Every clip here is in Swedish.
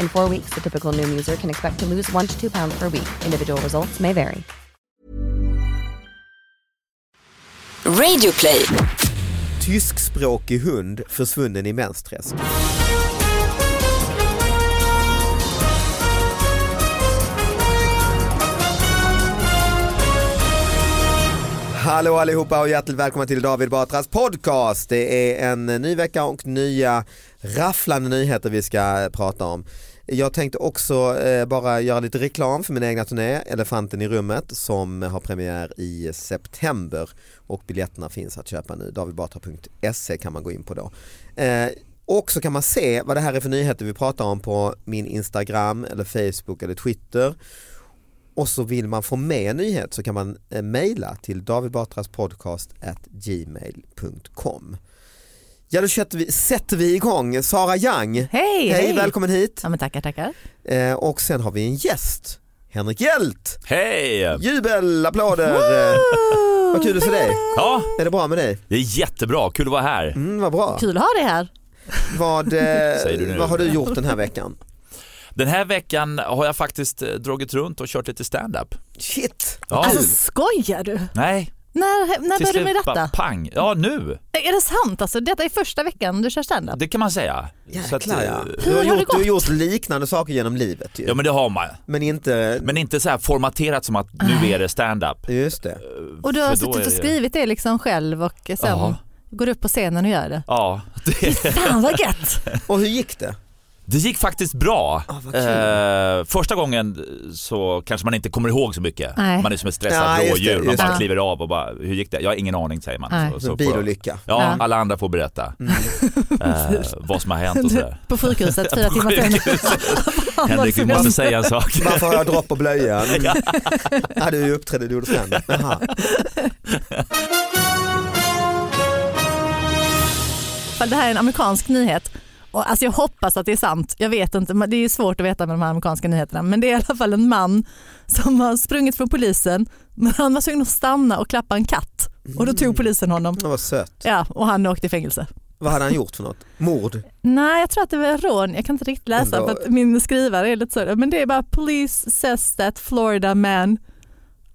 In four weeks, the typical Noom user can expect to lose one to two pounds per week. Individual results may vary. Radioplay. Tyskspråkig hund försvunnen i Mensträsk. Hallå allihopa och hjärtligt välkomna till David Batras podcast. Det är en ny vecka och nya rafflande nyheter vi ska prata om. Jag tänkte också eh, bara göra lite reklam för min egna turné Elefanten i rummet som har premiär i september och biljetterna finns att köpa nu. Davidbatra.se E kan man gå in på då. Eh, och så kan man se vad det här är för nyheter vi pratar om på min Instagram eller Facebook eller Twitter och så vill man få med en nyhet så kan man eh, mejla till davidbatraspodcast@gmail.com. Ja då sätter vi, sätter vi igång, Sara Young, Hej! hej välkommen hit Ja, men tackar, tackar. eh, och sen har vi en gäst, Henrik Hjält, Hej! jubel, applåder, eh, vad kul att se dig, Ja, är det bra med dig? det är jättebra, kul att vara här. Mm, vad bra, Kul att ha dig här. vad, eh, Säger du nu. vad har du gjort den här veckan? Den här veckan har jag faktiskt eh, dragit runt och kört lite stand-up. Shit, Ja. Alltså skojar du? Nej, När, när till började du slut med bara detta? pang. Ja, nu. Är det sant alltså? Detta är första veckan du kör standup? Det kan man säga. Så att, jäklar ja. eh, Du har, Hur har gjort, det du har gått? gjort liknande saker genom livet ju. Ja, men det har man. men inte, Men inte så här formaterat som att nu är det stand-up. just det. Och du har För då suttit och är det- skrivit det liksom själv och sen Ja. går upp på scenen och gör det? Ja, det, Fan vad gött! Och hur gick det? det gick faktiskt bra. Ah, vad kul. Eh, första gången eh, så kanske man inte kommer ihåg så mycket. Nej. Man är som ett stressat Ja, just det, rådjur. Man just bara det. kliver av och bara, hur gick det? Jag har ingen aning säger man. Nej. Så, Så så får- bilolycka. Ja, Ja. alla andra får berätta eh, vad som har hänt och sådär. på sjukhuset fyra timmar senare. Fan, vad Henrik, vi som måste helst. säga en sak. Varför har jag dropp på blöjan? Mm. ja, du uppträdde, du gjorde standup. Jaha. För det här är en amerikansk nyhet. Och alltså jag hoppas att det är sant. Jag vet inte, men det är ju svårt att veta med de här amerikanska nyheterna. Men det är i alla fall en man som har sprungit från polisen men han var tvungen att stanna och klappa en katt. Och då Mm. tog polisen honom. Det var sött. Ja, och han åkte i fängelse. Vad hade han gjort för något? Mord? Nej, jag tror att det var rån. Jag kan inte riktigt läsa Ändå- för att min skrivare är lite så. Men det är bara “Police says that Florida man”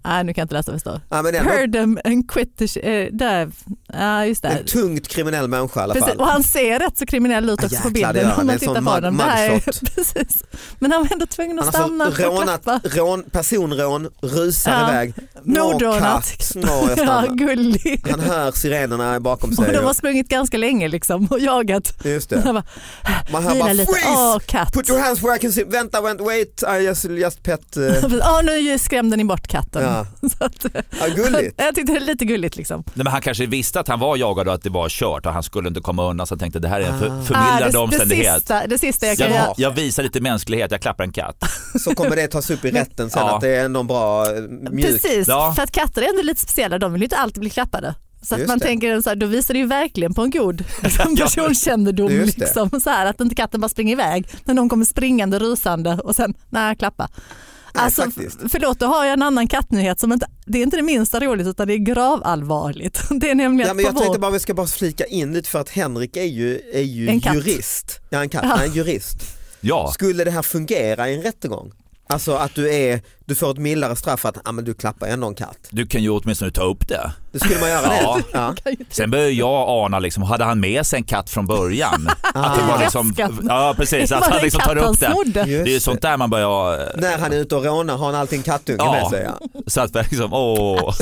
Nej, nu kan jag inte läsa vad det står. Ja, men ändå, “Heard them and quit the... sh- eh, dive. Ja, just det. en tungt kriminell människa i alla Precis, fall. och han ser rätt så kriminell ut Ja, också på jäklar, det gör bilden han. om Det är man en tittar sån på mug- honom. Det här mugshot. är, precis. Men han var ändå tvungen att Han stanna har och alltså rånat, klappa. rån, personrån, rusar Ja. iväg, Mordrånat. katt, snarare jag Ja, stannar. gullig. Han hör sirenerna bakom Och sig. de har Och, sprungit ganska länge liksom och jagat. just Han det. bara, Man hör vila bara lite. Åh, freeze, katt. put your hands where I can see, vänta, wait, wait, I just, just pet. eh, Åh, nu skrämde ni bort katten. Ja. Så att, Ja, gulligt. jag tyckte det är lite gulligt liksom. Nej, men han kanske visste att han var jagad och att det var kört och han skulle inte komma undan så han tänkte det här är en för, Ah, förmildrande det, det, omständighet. sista, det sista jag kan Jag, göra. jag visar lite mänsklighet, jag klappar en katt. Så kommer det tas upp i rätten sen Ja. att det är ändå en bra eh, mjuk Precis, Ja. för att katter är ändå lite speciella. De vill ju inte alltid bli klappade. Så att Just man det. tänker så här, då visar det ju verkligen på en god liksom, personkännedom. Just det. Liksom, så här, att inte katten bara springer iväg när någon kommer springande rusande och sen, nej, klappa. Alltså, faktiskt. f- förlåt, då har jag en annan kattnyhet som inte, det är inte det minsta roligt utan det är gravallvarligt. Det är nämligen Ja, men jag på vår... tänkte bara vi ska bara flika in lite för att Henrik är ju, är ju En katt. jurist. Ja, en katt. Ja. Nej, en jurist. Ja, Skulle det här fungera i en rättegång? Alltså att du, är, du får ett mildare straff för att ah, men du klappar ändå en katt. du kan ju åtminstone ta upp det. Det skulle man göra Ja. det. Ja. Sen började jag ana, liksom, hade han med sig en katt från början? Att det var liksom, Väskan. ja precis, att Ah. Var han det liksom tar katten upp det. snodde? Det är ju Just sånt där man börjar... eh, När han är ute och rånar har han alltid en kattunge med Ja, sig. Ja. så att man liksom, åh.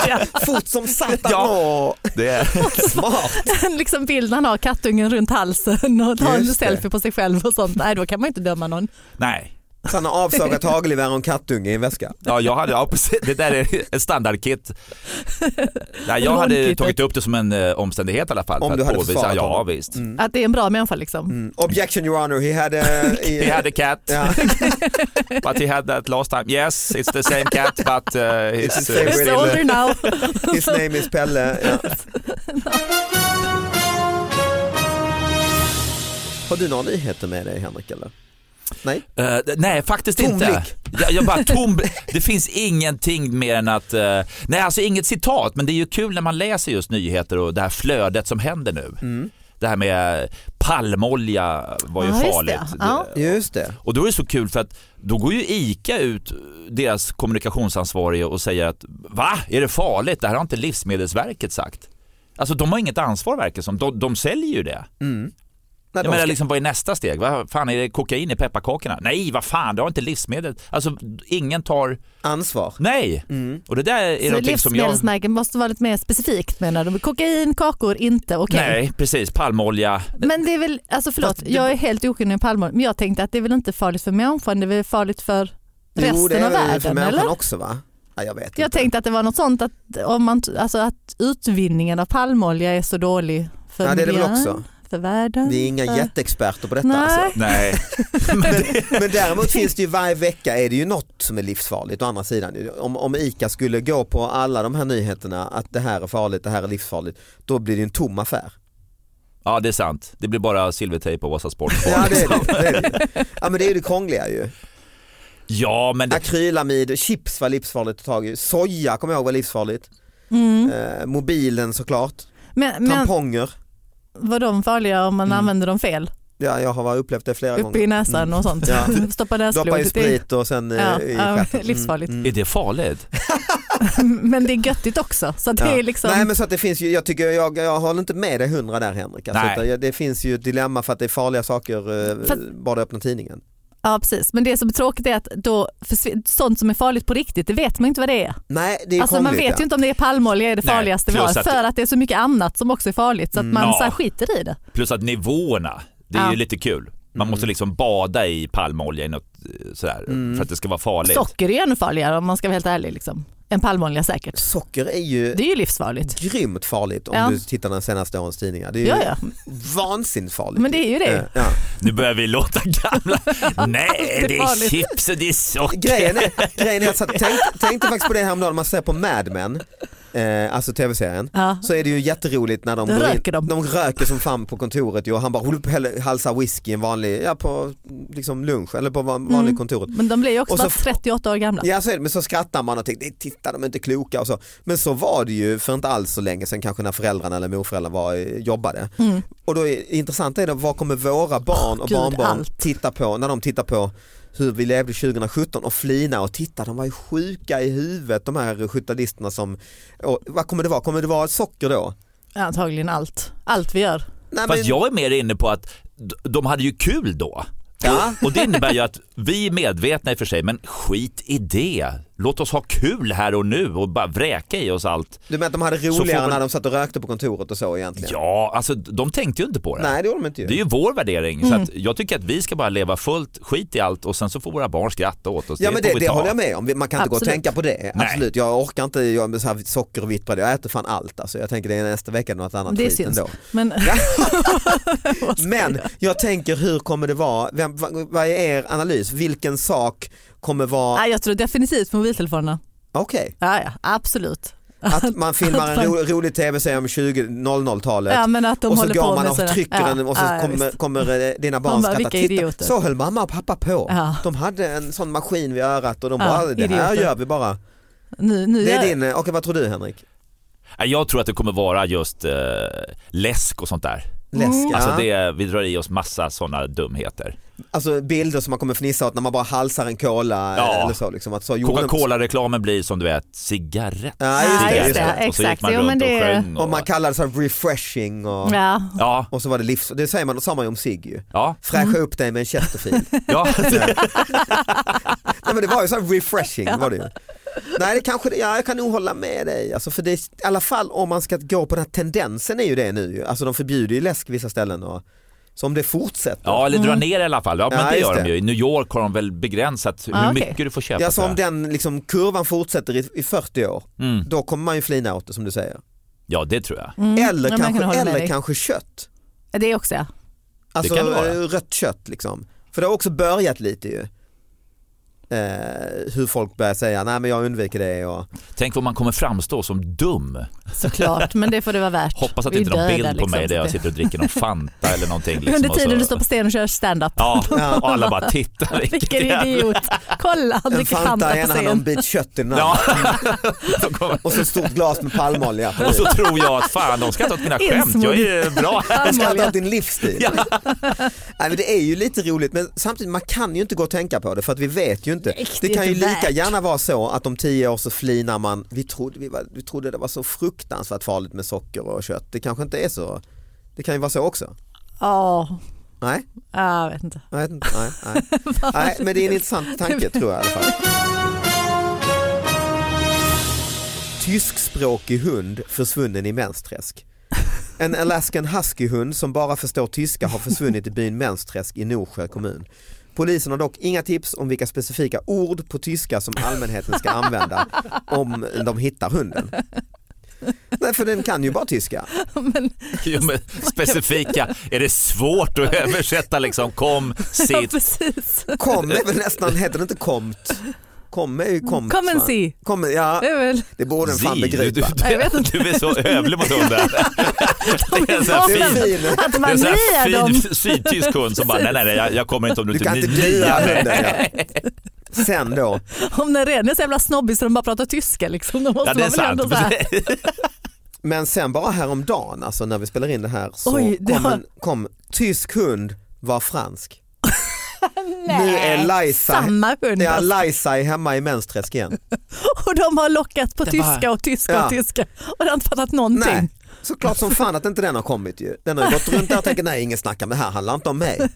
Fort som satan! Ja. Ja. Det är, Smart! liksom bilden han har kattungen runt halsen och tar en Just det. selfie på sig själv och sånt. Nej, då kan man inte döma någon. nej. Så han har avsågat hagelgevär och en kattunge i en väska. Ja, jag hade, ja, precis. Det där är ett standardkit. Nej, jag hade Rundkitet. tagit upp det som en eh, omständighet i alla fall. Om för du att hade påvisa, försvarat Ja, honom. visst. Att det är en bra människa liksom. Mm. Objection your honor, he had a... He had a cat, Ja. but he had that last time. Yes, it's the same cat, but uh, It's it's... the same Uh, way. It's older now. His name is Pelle. Ja. Har du några nyheter med dig Henrik eller? Nej? eh, nej, faktiskt Tom inte. blick. Jag, jag bara tom, det finns ingenting mer än att... eh, nej, alltså inget citat, men det är ju kul när man läser just nyheter och det här flödet som händer nu. Mm. Det här med eh, palmolja var ju Ja, just det. farligt. Ja. Just det. Och då är det så kul för att då går ju ICA ut, eh, deras kommunikationsansvarige och säger att va, är det farligt? Det här har inte Livsmedelsverket sagt. Alltså de har inget ansvar verkar som, de, de säljer ju det. Nej, Jag Mm. de menar ska- liksom vad är nästa steg? Vad fan är det kokain i pepparkakorna? Nej, vad fan, det har inte livsmedel. Alltså ingen tar, Ansvar. nej. Mm. Och det där Så är någonting som jag... livsmedelsmärken måste vara lite mer specifikt menar du? Kokain, kakor, inte okej. Nej, precis, palmolja. Men det är väl, alltså förlåt, jag är helt okunnig om palmolja, men jag tänkte att det är väl inte farligt för människan, det är väl farligt för resten jo det är av väl för världen människan eller? också va? Ja, jag vet Jag inte. tänkte att det var något sånt att, om man, alltså att utvinningen av palmolja är så dålig för Ja, det är det väl miljön, också. för världen. Vi är inga för... jätteexperter på detta Nej. alltså. Nej, Men däremot finns det ju varje vecka är det ju något som är livsfarligt å andra sidan. Om, om ICA skulle gå på alla de här nyheterna att det här är farligt, det här är livsfarligt, då blir det en tom affär. ja det är sant. Det blir bara silvertejp och Vasa Sport kvar. Ja det är det, det, är det. ju. Ja men det är ju det krångliga ju. Ja, men det, Akrylamid, chips var livsfarligt att ta tag i, soja kommer jag ihåg var livsfarligt. Eh, mobilen såklart, Mm. Men, men tamponger, var de farliga om man använder dem fel? Mm. ja, jag har upplevt det flera Uppe i gånger. näsan och sånt. Ja. Stoppa Doppa i näsblodet i. sprit och sen eh, Ja, i ja, stjärten. livsfarligt. är det farligt? Men det är göttigt också. Så det Ja. är liksom... Nej men så att det finns ju, jag tycker jag, jag håller inte med dig hundra där Henrik. Alltså, Nej. utan jag- det finns ju ett dilemma för att det är farliga saker eh, Fast- bara öppna tidningen. Ja precis, men det som är tråkigt är att då försvin- sånt som är farligt på riktigt, det vet man inte vad det är. Nej det är Alltså man krångligt. vet ja. ju inte om det är palmolja är det Nej, farligaste vi plus har, att- för att det är så mycket annat som också är farligt så att man Ja. så här skiter i det. Plus att nivåerna, det är Ja. ju lite kul. Man måste liksom bada i palmolja i något eh, sådär för att det ska vara farligt. Socker är ju ännu farligare om man ska vara helt ärlig, liksom. än palmolja säkert. Socker är ju Det är ju livsfarligt. grymt farligt om Ja. du tittar på de senaste årens tidningar. Det är ju Ja, ja. vansinnigt farligt. Men det är ju det. Eh, Ja. Nu börjar vi låta gamla. Nej, är det är farligt. chips och det är socker. Grejen är, grejen är alltså, att tänk, tänkte faktiskt på det häromdagen, man ser på Mad Men, eh, alltså tv-serien, Ja. så är det ju jätteroligt när de, Då går röker de. de röker som fan på kontoret ju, och han bara håller på och häller- halsar whisky en vanlig, ja, på liksom lunch eller på van- Mm. vanlig kontoret. Men de blir ju också Och så bara f- 38 år gamla. Ja, så är det, men så skrattar man och tänker, "Nej, titta de är inte kloka och så. Men så var det ju för inte alls så länge sedan kanske när föräldrarna eller morföräldrarna var, eh, jobbade. Och då är, intressant är det, vad kommer våra barn och Mm. Gud, barnbarn allt. titta på när de tittar på hur vi levde 2017 och flina och titta de var ju sjuka i huvudet de här 70 som, och vad kommer det vara, kommer det vara socker då? Antagligen allt. Allt vi gör. Nej, Fast jag är mer inne på att d- de hade ju kul då. Ja. Och det innebär ju att vi är medvetna i och för sig, men skit i det. Låt oss ha kul här och nu och bara vräka i oss allt. Du menar att de hade får roligare väl- när de satt och rökte på kontoret och så egentligen? Ja, alltså de tänkte ju inte på det. Nej det gjorde de inte ju. Det är ju vår värdering. Så att jag tycker att vi ska bara leva fullt, skit i allt och sen så får våra barn skratta åt oss. Ja men får det, vi det ta. håller jag med om, man kan inte gå och Absolut. tänka på det. Nej. Absolut, jag orkar inte jag, med så här socker och vitt bröd, jag äter fan allt alltså. Jag tänker det är nästa vecka något annat Det skit syns. ändå. Men, Men jag tänker hur kommer det vara, Vem, vad vad är er analys, vilken sak kommer vara, Ah, Nej, jag tror definitivt mobiltelefonerna. okej, Ja, ja, absolut. Att man filmar en ro, rolig tv-serie om 20 00-talet Ja, men att de och så håller går på man med och sina- trycker ja, den och så ja, ja, kommer, visst. kommer eh, dina barn Man bara, skratta. "Vilka Titta, idioter." så höll mamma och pappa på. Ja. De hade en sån maskin vid örat och de Ja, bara, det här idioter. gör vi bara. Nu, nu Det är gör- din, eh, okej vad tror du Henrik? Ja, Jag tror att det kommer vara just eh, läsk och sånt där. Läsk, ja. Alltså det, vi drar i oss massa sådana dumheter. Alltså bilder som man kommer fnissa åt när man bara halsar en cola Ja. eller så. Liksom. Att så gjorde de- Coca-Cola-reklamen blir som du vet, cigarett. Ja, just det, cigarett. just det. Och så gick Exakt. man Jo, runt men och det- sjöng. Och, Och man kallade det så här refreshing och, Ja. Ja, och så var det livs... Det säger man, det sa man ju om cigg ju. ja, Fräscha upp dig med en Chesterfield. ja. alltså, Nej men det var ju så här refreshing var det ju. Nej det kanske, ja, jag kan nog hålla med dig. Alltså, för det, är- I alla fall om man ska gå på den här tendensen är ju det nu ju. Alltså de förbjuder ju läsk vissa ställen. Och, så om det fortsätter. ja eller dra ner i alla fall. Ja, men Mm. Ja, det just gör det. de ju. I New York har de väl begränsat hur Ah, okej. mycket du får köpa. Ja, så om tror jag. den liksom, kurvan fortsätter i, i 40 år, Mm. då kommer man ju flina åt det som du säger. ja det tror jag. Eller, Mm. ja, men jag kan hålla kanske, med eller dig. kanske kött. Det också ja. Alltså kan det vara. eh, rött kött liksom. För det har också börjat lite ju. Eh, hur folk börjar säga, nej men jag undviker det och Tänk vad man kommer framstå som dum. Såklart, men det får det vara värt. Hoppas att Vi det inte är någon döda, bild på liksom, mig där så jag att det- sitter och dricker någon Fanta eller någonting. Liksom, Under och så- tiden du står på scen och kör stand-up. Ja, och alla bara tittar. Vilken idiot. Kolla, han en dricker Fanta Fanta i på ena handen och en scen. bit kött i den andra. Ja. De kommer- Och så ett stort glas med palmolja. Och så tror jag att fan de ska ta åt mina skämt, jag är bra. Jag skrattar åt din livsstil. Nej, men det är ju lite roligt men samtidigt man kan ju inte gå och tänka på det för att vi vet ju inte. Nej, det Det är kan ju inte lika värt. gärna vara så att om tio år så flinar man, vi trodde, vi, var, vi trodde det var så fruktansvärt farligt med socker och kött. Det kanske inte är så. Det kan ju vara så också. Ja, Nej, jag vet inte. jag vet inte. Nej, nej. nej men det är en intressant tanke tror jag i alla fall. Tyskspråkig hund försvunnen i Mensträsk. En Alaskan huskyhund som bara förstår tyska har försvunnit i byn Mensträsk i Norsjö kommun. Polisen har dock inga tips om vilka specifika ord på tyska som allmänheten ska använda om de hittar hunden. Nej, för den kan ju bara tyska. Jo, men specifika, är det svårt att översätta liksom kom, Ja, sitt, precis. Kom är väl nästan, heter det inte komt? Kom är ju komt. Kom en va? si. Kom, ja, Det är väl... det borde den fan zi. Du, du, begripa. Jag vet du, inte. du är så övlig mot hunden. Det är en sån här Det är fin, fin. Att det är man en sån är här dem. fin sydtysk hund som bara nej nej nej, jag, jag kommer inte om du, Du inte kan inte niar glia mig. hunden. Ja. Sen då, Om den redan är så jävla snobbig så de bara pratar tyska liksom. Då måste Ja det man är väl ändå sant. så här... men sen bara häromdagen, alltså när vi spelar in det här så Oj, det kom, har- en, kom tysk hund var fransk. nu är Liza, Samma hund ja, alltså. Liza är hemma i Mensträsk igen. Och de har lockat på tyska och tyska Ja. och tyska. Och de har inte fattat någonting. Nej, såklart som fan att inte den har kommit ju. Den har ju gått runt där och tänkt nej ingen snackar men det här handlar inte om mig.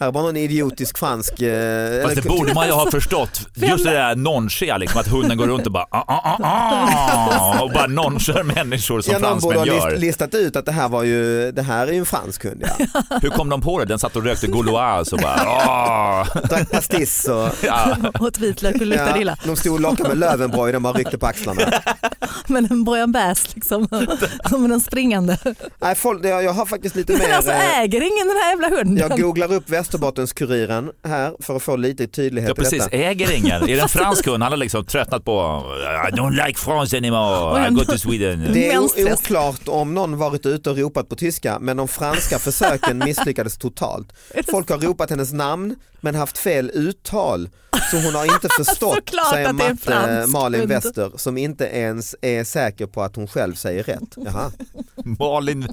Här är bara någon idiotisk fransk... Eh, Fast det eller- borde man ju ha förstått. Just det där nonchiga, liksom, att hunden går runt och bara ah, ah, ah, ah, och bara nonchar människor som Ja, någon borde fransmän ha list, gör. listat ut att det här var ju, det här är ju en fransk hund ja. Hur kom de på det? Den satt och rökte Gauloise och bara ah. Drack pastiss och Ja. Åt vitlök och luktade ja, illa. de stod och lockade med lövenbroj, de bara ryckte på axlarna. Men en bouillabaisse liksom. Som den springande. Nej, folk, jag, jag har faktiskt lite Men mer. alltså eh, äger ingen den här jävla hunden? jag googlar upp Västerbottenskuriren här för att få lite tydlighet Ja i precis, detta. äger ingen. Är det en fransk hund? Han har liksom tröttnat på I don't like France anymore, I go to Sweden. Det är o- Mänskligt. oklart om någon varit ute och ropat på tyska men de franska försöken misslyckades totalt. Folk har ropat hennes namn men haft fel uttal så hon har inte förstått Alltså, Såklart säger att det är matte en fransk Malin hund. Wester som inte ens är säker på att hon själv säger rätt. Jaha. Malin,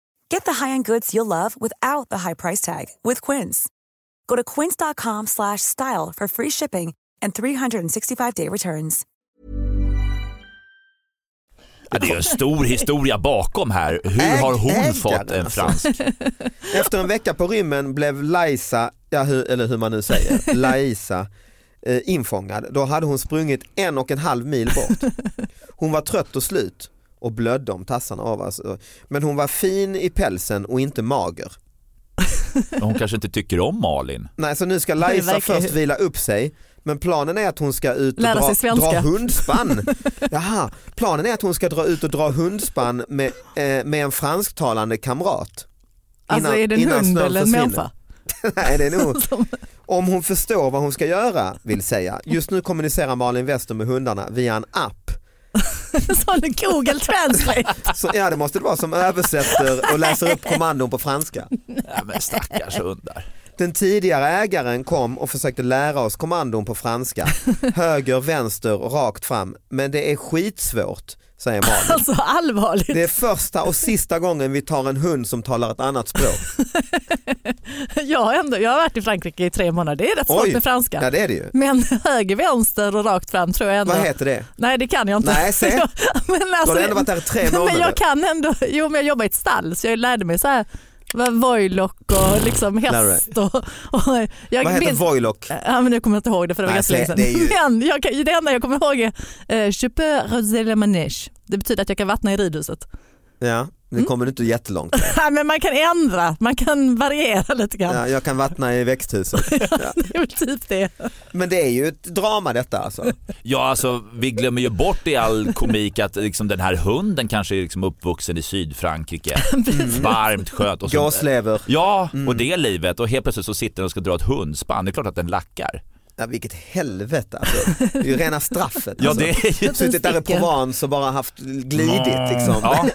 Get the high-end goods you'll love without the high price tag with Quince. Go to quince.com/style slash style for free shipping and 365-day returns. Ja, det är ju en stor historia bakom här. Hur har hon Ägaren, fått en alltså. fransk? Efter en vecka på rymmen blev Laisa, ja, hur, eller hur man nu säger, Laisa eh, infångad. Då hade hon sprungit en och en halv mil bort. Hon var trött och slut och blödde om tassarna av. Alltså. Men hon var fin i pälsen och inte mager. Hon kanske inte tycker om Malin. Nej, så nu ska Det Laisa verkar ju- först vila upp sig. Men planen är att hon ska ut och Lära sig dra, svenska. dra hundspann. Jaha, planen är att hon ska dra ut och dra hundspann med, eh, med en fransktalande kamrat. Alltså är det en innan hund snön eller en försvinner. människa? Nej, det är nog om hon förstår vad hon ska göra vill säga. Just nu kommunicerar Malin Wester med hundarna via en app. Sån Google Translate. Så, ja, det måste det vara som översätter och läser upp kommandon på franska. Ja, men stackars hundar. Den tidigare ägaren kom och försökte lära oss kommandon på franska. Höger, vänster och rakt fram. Men det är skitsvårt, säger Malin. Alltså allvarligt. Det är första och sista gången vi tar en hund som talar ett annat språk. Jag, har ändå, jag har varit i Frankrike i tre månader. Det är rätt svårt med franska. ja det är det ju. Men höger, vänster och rakt fram tror jag ändå. Vad heter det? Nej det kan jag inte. Nej, se. men alltså, Du har ändå varit där i tre Men månader. jag kan ändå, jo men jag jobbar i ett stall så jag lärde mig så här vad vojlock och liksom häst och, och jag Vad heter minns- Voilock? Ja, men nu kommer jag inte ihåg det för det var Nej, ganska länge se, sedan. det är ju- Men jag kan, det enda jag kommer ihåg är eh, je peux arroser le manège. Det betyder att jag kan vattna i ridhuset. Ja, Mm. nu kommer du inte jättelångt. Nej, men man kan ändra, man kan variera lite grann. Ja, jag kan vattna i växthuset. Det är väl typ det. Men det är ju ett drama detta alltså. Ja, alltså vi glömmer ju bort i all komik att liksom, den här hunden kanske är liksom uppvuxen i Sydfrankrike. Mm. Varmt, skönt. Och så- Gåslever, Ja, Mm. och det livet. Och helt plötsligt så sitter den och ska dra ett hundspann. Det är klart att den lackar. ja, vilket helvete alltså. Det är ju rena straffet. Ja, alltså. det är ju... Mm. Suttit där i Sticker. Provence och bara haft glidit liksom. Ja.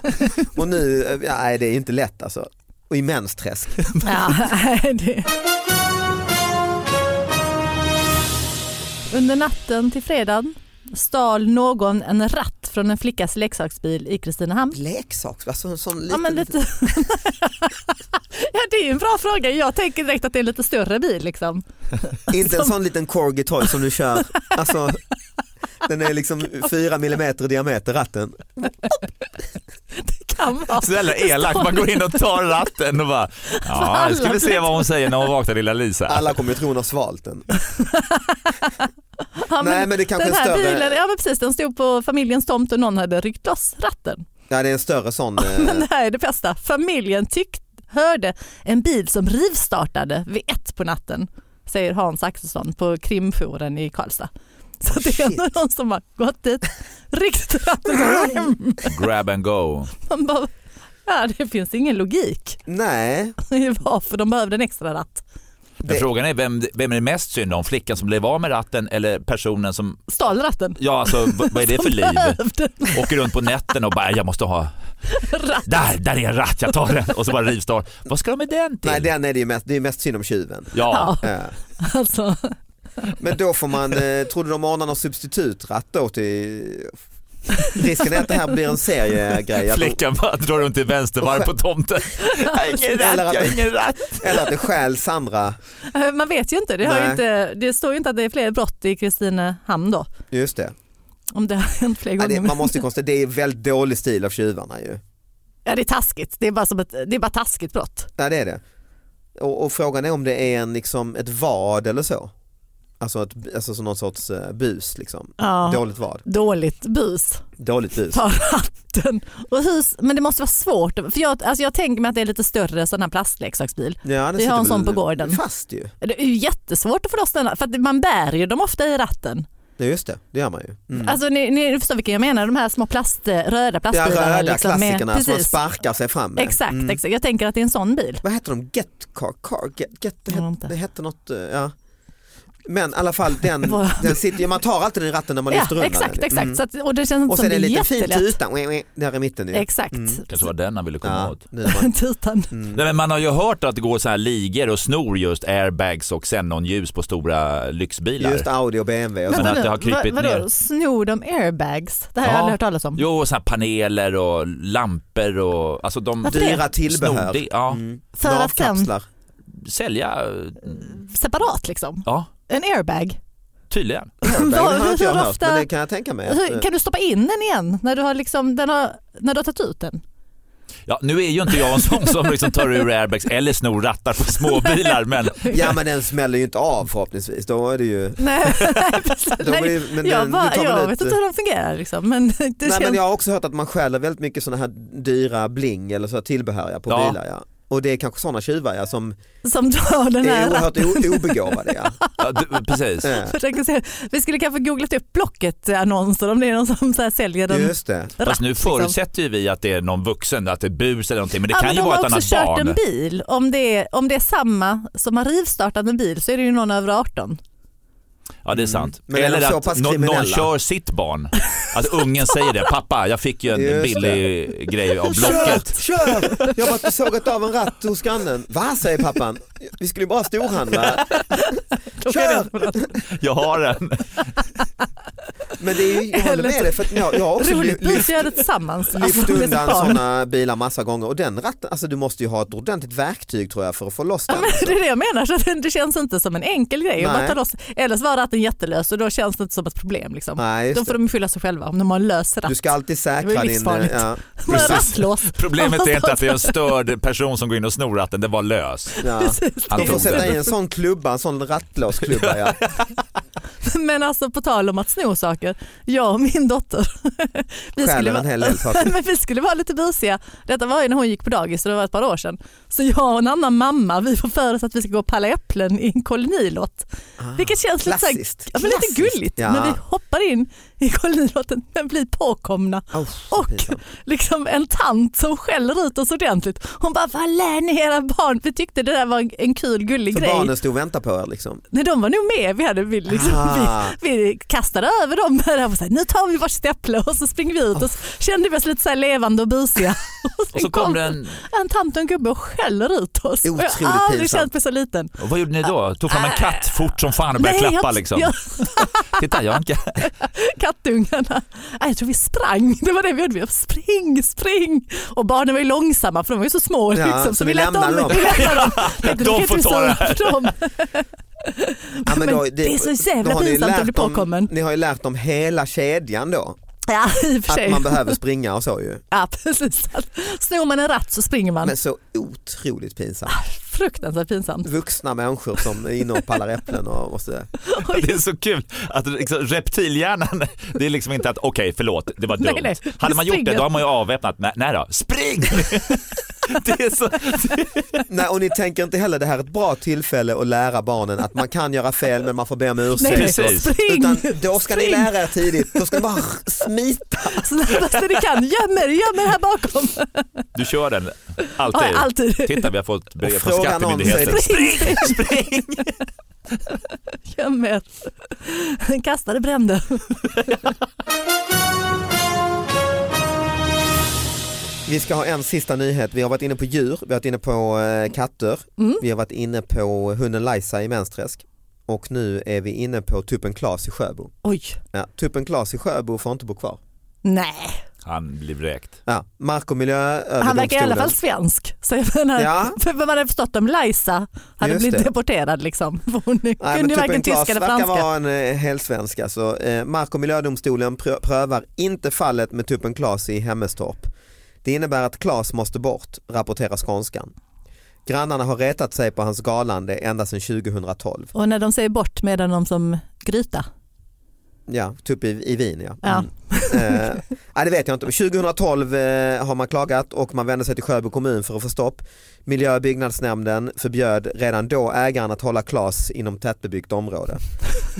Och nu, ja, nej det är inte lätt alltså. Och i Mensträsk. Ja, det. Under natten till fredagen stal någon en ratt från en flickas leksaksbil i Kristinehamn. Leksaks, alltså en sån liten. Ja, men lite... ja, det är ju en bra fråga. Jag tänker direkt att det är en lite större bil. Liksom. Inte en sån liten corgi toy som du kör. Alltså, den är liksom fyra millimeter i diameter ratten. Det kan vara. Snälla elak, man går in och tar ratten och bara ja, nu ska vi se vad hon säger när hon vaknar lilla Lisa. Alla kommer ju tro hon har svalt den. Ja, Nej, men det kanske den är här större. bilen, ja, men precis, den stod på familjens tomt och någon hade ryckt loss ratten. Ja det är en större sån. eh, Men det här är det bästa. Familjen tyckte, hörde en bil som rivstartade vid ett på natten, säger Hans Axelsson på krimjouren i Karlstad. Så det är ändå någon som har gått dit, ryckt ratten och hem. Grab and go. Man bara, ja, det finns ingen logik Nej, i varför de behövde en extra ratt. Men frågan är vem, vem är det mest synd om? Flickan som blev av med ratten eller personen som, Stal ratten. ja alltså v- vad är det för liv? Behövde Åker runt på nätten och bara jag måste ha, ratt. där, där är en ratt, jag tar den och så bara rivstart. Vad ska de med den till? nej den är det ju mest, det är mest synd om tjuven. Ja, Ja. Alltså, Men då får man, eh, tror du de ordnar någon substitutratt då till Risken är att det här blir en seriegrej. Att de- flickan bara drar runt i vänstervarv på tomten. Jag har ingen Eller att- ratt, jag har ingen ratt. Eller att det stjäl Sandra. eh, man vet ju inte. Det, har ju Nej. inte. det står ju inte att det är fler brott i Kristinehamn då. Just det. Om det har hänt fler Ja, gånger. det man måste ju konstatera, det är väldigt dålig stil av tjuvarna ju. Ja, det är taskigt. Det är bara, som ett, det är bara taskigt brott. Ja det är det. Och, och frågan är om det är en, liksom, ett vad eller så. Alltså, ett, alltså som någon sorts eh, bus liksom. Ja. Dåligt vad. Dåligt bus. Dåligt bus. Ta ratten. Och hus, men det måste vara svårt. För jag, alltså jag tänker mig att det är lite större sån här plastleksaksbil. Ja, den Vi har sitter en sån på väl gården. Fast ju. Det är ju jättesvårt att få loss den. här, För att man bär ju dem ofta i ratten. Ja just det, det gör man ju. Mm. Alltså ni, ni förstår vilka jag menar, de här små plast, röda Ja, plastbilarna. röda liksom, med- klassikerna som Mm. man precis. sparkar sig fram med. Exakt, exakt, jag tänker att det är en sån bil. Vad heter de? Get car, car get, get, det, Jag vet het, inte. det hette något, eh, ja. Men i alla fall, den, Vad- den sitter, man tar alltid den i ratten när man lyfter Ja, undan exakt, den. exakt. Mm. Så att, och det känns inte Och som sen det är är det lite fin Mm. jättelätt. tuta, där i mitten ju. Exakt. Kanske var den han ville komma Ja, åt. nu är man- Tutan. Mm. Nej, men man har ju hört att det går så här ligor och snor just airbags och xenonljus på stora lyxbilar. just Audi och BMW. Och Men sånt. att det har krypit vad, vadå, ner. snor de airbags? Det här har jag aldrig hört talas om. Jo, och så här paneler och lampor och alltså de Varför det? Dyra tillbehör. Mm. Snodde, ja. För att sen- Navkapslar. Sälja, Separat liksom. ja En airbag. tydligen. Det Vad- har inte jag hur hört, ofta- men det kan jag tänka mig. Hur, Att, eh, kan du stoppa in den igen när du har, liksom, den har, när du har tagit ut den? Ja, nu är ju inte jag en sån som liksom tar ur airbags eller snor rattar på småbilar men ja men den smäller ju inte av förhoppningsvis. Då är det ju... Nej, nej, precis. De är ju- men jag den- bara, du tar väl jag ut- vet inte hur de fungerar liksom. Men det Nej, känns... men jag har också hört att man stjäler väldigt mycket sådana här dyra bling eller så här tillbehör ja, på Ja. bilar. Ja. Och det är kanske sådana tjuvar ja, som som drar den är här oerhört ratten. o- obegåvade. Ja. Eh. ja, du, precis. Ja. Jag tänker säga, Vi skulle kanske googlat upp Blocket-annonser om det är någon som så här säljer den. Just det. Fast nu liksom. förutsätter ju vi att det är någon vuxen, att det är bus eller någonting men det Ja, kan men ju de vara har ett också annat kört barn. en bil. Om det, är, om det är samma som har rivstartat en bil så är det ju någon över 18. Ja det är sant. Mm. Men är de Eller så att pass nå- någon kriminella? kör sitt barn. Att ungen säger det, pappa jag fick ju en Just billig grej av Blocket. Kör, kör! Jag har varit och sågat av en ratt hos grannen. Va säger pappan? Vi skulle ju bara storhandla. Kör! Jag har en. Men det är ju, jag håller med dig för att jag, jag har också Roligt ly- bus att göra det tillsammans. alltså, lyft med sitt undan barn. sådana bilar massa gånger och den ratten, alltså du måste ju ha ett ordentligt verktyg tror jag för att få loss den. Det är det jag menar, så att det- det känns inte som en enkel grej. Om Nej. man tar loss, eller så var ratten jättelös och då känns det inte som ett problem. Liksom. Nej, just då får det. de skylla sig själva om de har en lös ratt. Du ska alltid säkra din... livsfarligt. Ja, Man har Precis. rattlås. Problemet är inte att det är en störd person som går in och snor ratten, den var lös. ja. Han De får tog sätta den. i en sån klubba, en sån rattlåsklubba. Ja. Men alltså på tal om att sno saker, jag och min dotter, vi Stjäler skulle, en hel del vara, saker. men vi skulle vara lite busiga. Detta var ju när hon gick på dagis, så det var ett par år sedan. Så jag och en annan mamma, vi får för oss att vi ska gå och palla äpplen i en kolonilott. Vilket känns lite, så här, Ah, klassiskt. ja, men lite Klassiskt. gulligt. Ja. Men vi hoppar in i kolonilotten men blir påkomna. Oh, Och liksom en tant som skäller ut oss ordentligt. Hon bara, vad lär ni era barn? Vi tyckte det där var en kul gullig Så grej. barnen stod och väntade på er liksom. Nej, de var nog med. Vi, hade, vi, liksom, Ah. vi, vi kastade över dem med det här och sa, nu tar vi varsitt äpple och så springer vi ut och så kände vi oss lite så här levande och busiga. sen Och så kom det en- en tant och en gubbe och skäller ut oss. Och jag Otroligt har aldrig pinsamt. känt mig så liten. Och vad gjorde ni då? Tog fram en katt fort som fan och började Äh. Nej, klappa jag- liksom? jag- Titta, jag har en katt. Kattungarna. Nej, jag tror vi sprang. Det var det vi gjorde. Vi bara, spring, spring. Och barnen var ju långsamma för de var ju så små. Ja, liksom. så vi lämnar dem. Vi lämnar dem. Tänkte, De nu kan får vi ta stå det upp här. för dem. Ja, Men det är så jävla då har ni pinsamt att lärt bli dem- påkommen. Ni har ju lärt dem hela kedjan då. Ja, i och för sig. Att man behöver springa och så ju. Ja, precis. Snor man en ratt så springer man. Men så otroligt pinsamt. Fruktansvärt pinsamt. Vuxna människor som är inne och pallar äpplen och, och sådär. Det är så kul att liksom, reptilhjärnan, det är liksom inte att okej förlåt, det var dumt. Nej, nej, vi Hade man gjort det springer. då har man ju avväpnat, nej, nej då, spring! Det är så, Nej, och ni tänker inte heller det här är ett bra tillfälle att lära barnen att man kan göra fel men man får be om ursäkt. Nej, nej, Precis. spring! Utan då ska ni spring. Alltså, lära er tidigt, då ska ni bara smita. Snabbaste ni kan, göm er, göm er här bakom. du kör den alltid. Ja, alltid. Titta vi har fått brev från Fråga någon, Skattemyndigheten. Spring, spring. göm er. Kastade brände. Vi ska ha en sista nyhet. Vi har varit inne på djur, vi har varit inne på eh, katter, Mm. vi har varit inne på hunden Lajsa i Mänsträsk och nu är vi inne på Tuppen Klas i Sjöbo. Oj, Ja, Tuppen Klas i Sjöbo får inte bo kvar. nej. Han blir vräkt. Ja, mark och miljööverdomstolen. Han verkar i alla fall svensk. Så jag menar, Ja. För vad man hade förstått om Lajsa hade Just blivit det. deporterad liksom. För Hon Nej, kunde ju men typ Tuppen varken Klas tyska eller verkar franska. vara en eh, helsvensk. Alltså, eh, mark och miljödomstolen prö- prövar inte fallet med Tuppen Klas i Hemmestorp. Det innebär att Klas måste bort, rapporterar Skånskan. Grannarna har retat sig på hans galande ända sedan 2012. Och när de säger bort medan de som gryta. Ja, typ i, i Wien ja. Ja. Mm. Eh, nej, det vet jag inte. 2012 eh, har man klagat och man vände sig till Sjöbo kommun för att få stopp. Miljö och byggnadsnämnden förbjöd redan då ägaren att hålla klas inom tätbebyggt område.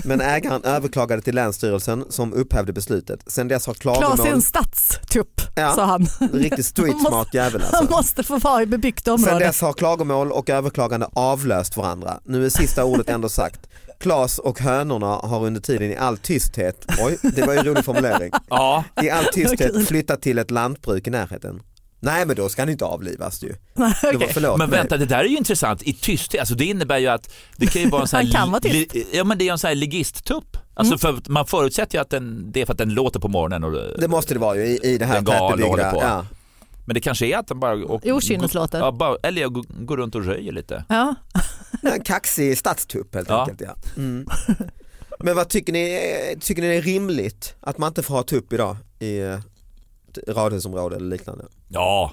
Men ägaren överklagade till Länsstyrelsen som upphävde beslutet. Sen dess har Klas är en klagomål... stadstupp, Ja. sa han. Riktigt Han streetsmart måste- jävel Han alltså. måste få vara i bebyggt Sen område. dess har klagomål och överklagande avlöst varandra. Nu är sista ordet ändå sagt. Klas och hönorna har under tiden i all tysthet, oj det var ju en rolig formulering, Ja, i all Kul. tysthet flyttat till ett lantbruk i närheten. Nej men då ska han inte avlivas ju. Nej, Det var okej. förlåt. men vänta det där är ju intressant. I tysthet, alltså det innebär ju att det kan ju vara en sån här... Han kan vara li- Ja men det är en sån här ligisttupp. Alltså Mm. för, man förutsätter ju att den, det är för att den låter på morgonen. Och, Det måste det vara ju i, i det här Den gal tätbebyggda. håller på. Ja. Men det kanske är att den bara... Och, I okynneslåten. Ja, bara, eller jag går- går runt och röjer lite. Ja. En kaxig stadstupp helt Ja. enkelt. Ja. Mm. Men vad tycker ni, tycker ni det är rimligt att man inte får ha tupp idag i eh, ett radhusområde eller liknande? Ja.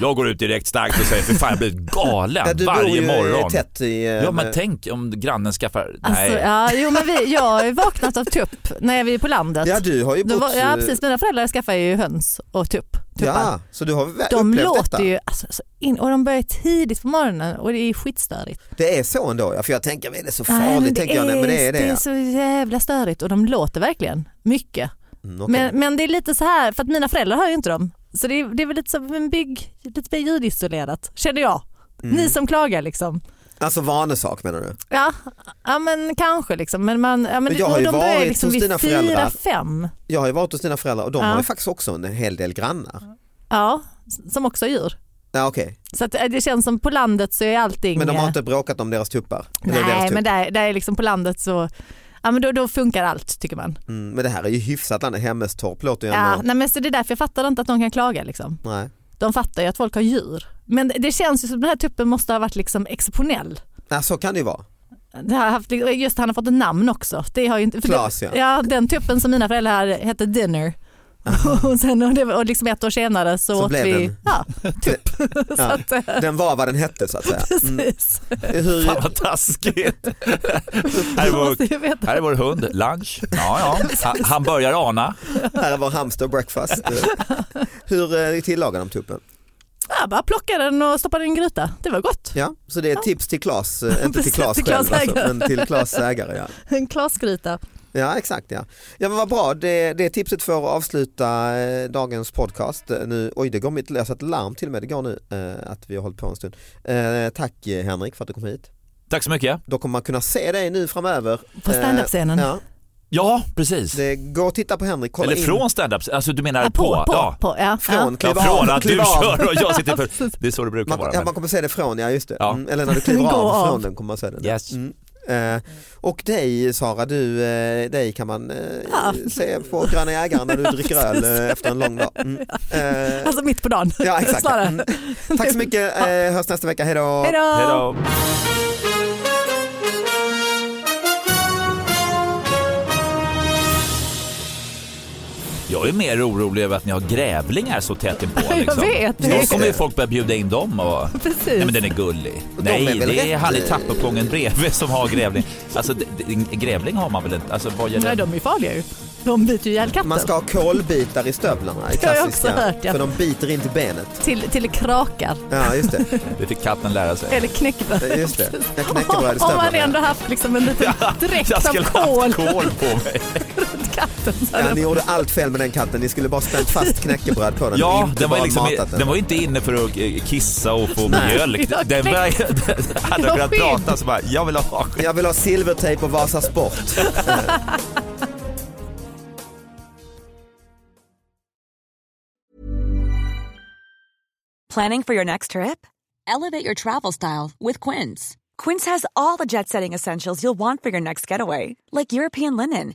Jag går ut direkt starkt och säger för fan jag blir galen Ja, du bor varje ju morgon. tätt i... eh, Ja men med- tänk om grannen skaffar... Nej. Alltså, ja, jo, men vi, jag har ju vaknat av tupp när vi är på landet. ja du har ju Då bott... var, ja, eh, precis. Mina föräldrar skaffade ju höns och tupp. tuppar. Ja, så du har väl De upplevt låter detta? ju, alltså, så in, och de börjar tidigt på morgonen och det är skitstörigt. Det är så ändå ja, för jag tänker, men är det så farligt? Nej, men tänker jag, nej, men det är det. är så jävla störigt och de låter verkligen mycket. Mm, okej. Men, men det är lite så här, för att mina föräldrar hör ju inte dem. Så det är, det är väl lite som en bygg, lite mer ljudisolerat känner jag. Mm. Ni som klagar liksom. Alltså vanesak menar du? Ja, ja men kanske liksom. Men, man, ja, men, Men det- jag har och ju de börjar varit liksom hos dina vid fyra, föräldrar. fem. Jag har ju varit hos dina föräldrar och de Ja. har ju faktiskt också en hel del grannar. Ja, som också har djur. Ja okej, Så att eh, det känns som på landet så är allting... men de har eh, inte bråkat om deras tuppar? Eller deras typ. Nej, tupp. men där, där är liksom på landet så... Ja, men då, då funkar allt tycker man. Mm, men det här är ju hyfsat land, Hemmestorp låter ju Ja, ändå... nej, men så det är därför jag fattar inte att de kan klaga. Liksom. Nej. De fattar ju att folk har djur. Men det känns ju som den här tuppen måste ha varit liksom exceptionell. Ja, så kan det ju vara. Det har haft, just han har fått ett namn också. Det har ju inte, för Klas, det, ja. ja. Den tuppen som mina föräldrar hette Dinner. och, sen, och, det, var- och liksom ett år senare så, Så åt blev vi den. Ja, tupp. så Ja. att, eh, Den var vad den hette så att säga. Mm. precis. Hur, Fan vad taskigt. här, är Man vår, måste ju veta. här är vår hund, lunch. Ja, ja. Han, han börjar ana. här var hamster breakfast. Hur eh, tillagar de tuppen? Ja, bara plocka den och stoppa den i en gryta. Det var gott. Ja, så det är ett tips till Klas, eh, inte till Precis, Klas till själv Klas alltså, ägare. men till Klas ägare. Ja. En klasgryta. Ja exakt ja. Ja men vad bra, det, det är tipset för att avsluta eh, dagens podcast. Eh, Nu, oj det går mitt, jag satt larm till och med, det går nu eh, att vi har hållit på en stund. Eh, tack eh, Henrik för att du kom hit. Tack så mycket. Då kommer man kunna se dig nu framöver. På standup-scenen. Eh, ja, Ja, precis. det, gå och titta på Henrik, kolla Eller in. från standup, alltså du menar Ja, på? på, på, ja. på, ja. Från, Ja, kliva av, från att du kliva av. kör och jag sitter för. Det är så det brukar Man, vara. ja, men- man kommer se det från, ja just det. Ja. Mm, eller när du kliver Gå av, av. från den kommer man se den. Yes. Mm. Eh, och dig Sara, du, eh, dig kan man eh, Ja. se på Gröna Jägaren när du dricker öl eh, efter en lång dag. Mm. Eh, Alltså mitt på dagen. Ja, exakt. Snarare. Mm. Tack så mycket. Eh, hörs nästa vecka. Hej då. Hej då! Hej då. Jag är mer orolig över att ni har grävlingar så tätt inpå. Jag Liksom. vet, det är- Snart kommer ju folk börja bjuda in dem. Och... Precis. Nej men den är gullig. Nej är väl det är rätt- han i trappuppgången bredvid som har grävling. Alltså det- det- grävling har man väl inte? Alltså vad gör Nej, den? de är farliga ju. De biter ju ihjäl katten. Man ska ha kolbitar i stövlarna. i Det har jag klassiska, också hört, ja. För de biter in till benet. Till, till krakar Ja, just det. Det fick katten lära sig. eller knäckebröd. Eh, Just det. Jag knäckerbröd i Om man ändå stövlarna. haft liksom en liten dräkt Jag av skulle ha kol haft kol på mig. runt katten. Så Ja, hade ni gjorde allt fel med den katten. Ni skulle bara spänt fast knäckebröd på den. Ja, inte den var, bara liksom, matat den. den var ju inte inne för att eh, kissa och få Nej. mjölk. Jag Den var, hade Jag kunnat skydd. prata så bara, jag vill ha skit. Jag vill ha silvertejp och Vasa Sport. Planning for your next trip? Elevate your travel style with Quince. Quince has all the jet setting essentials you'll want for your next getaway, like European linen,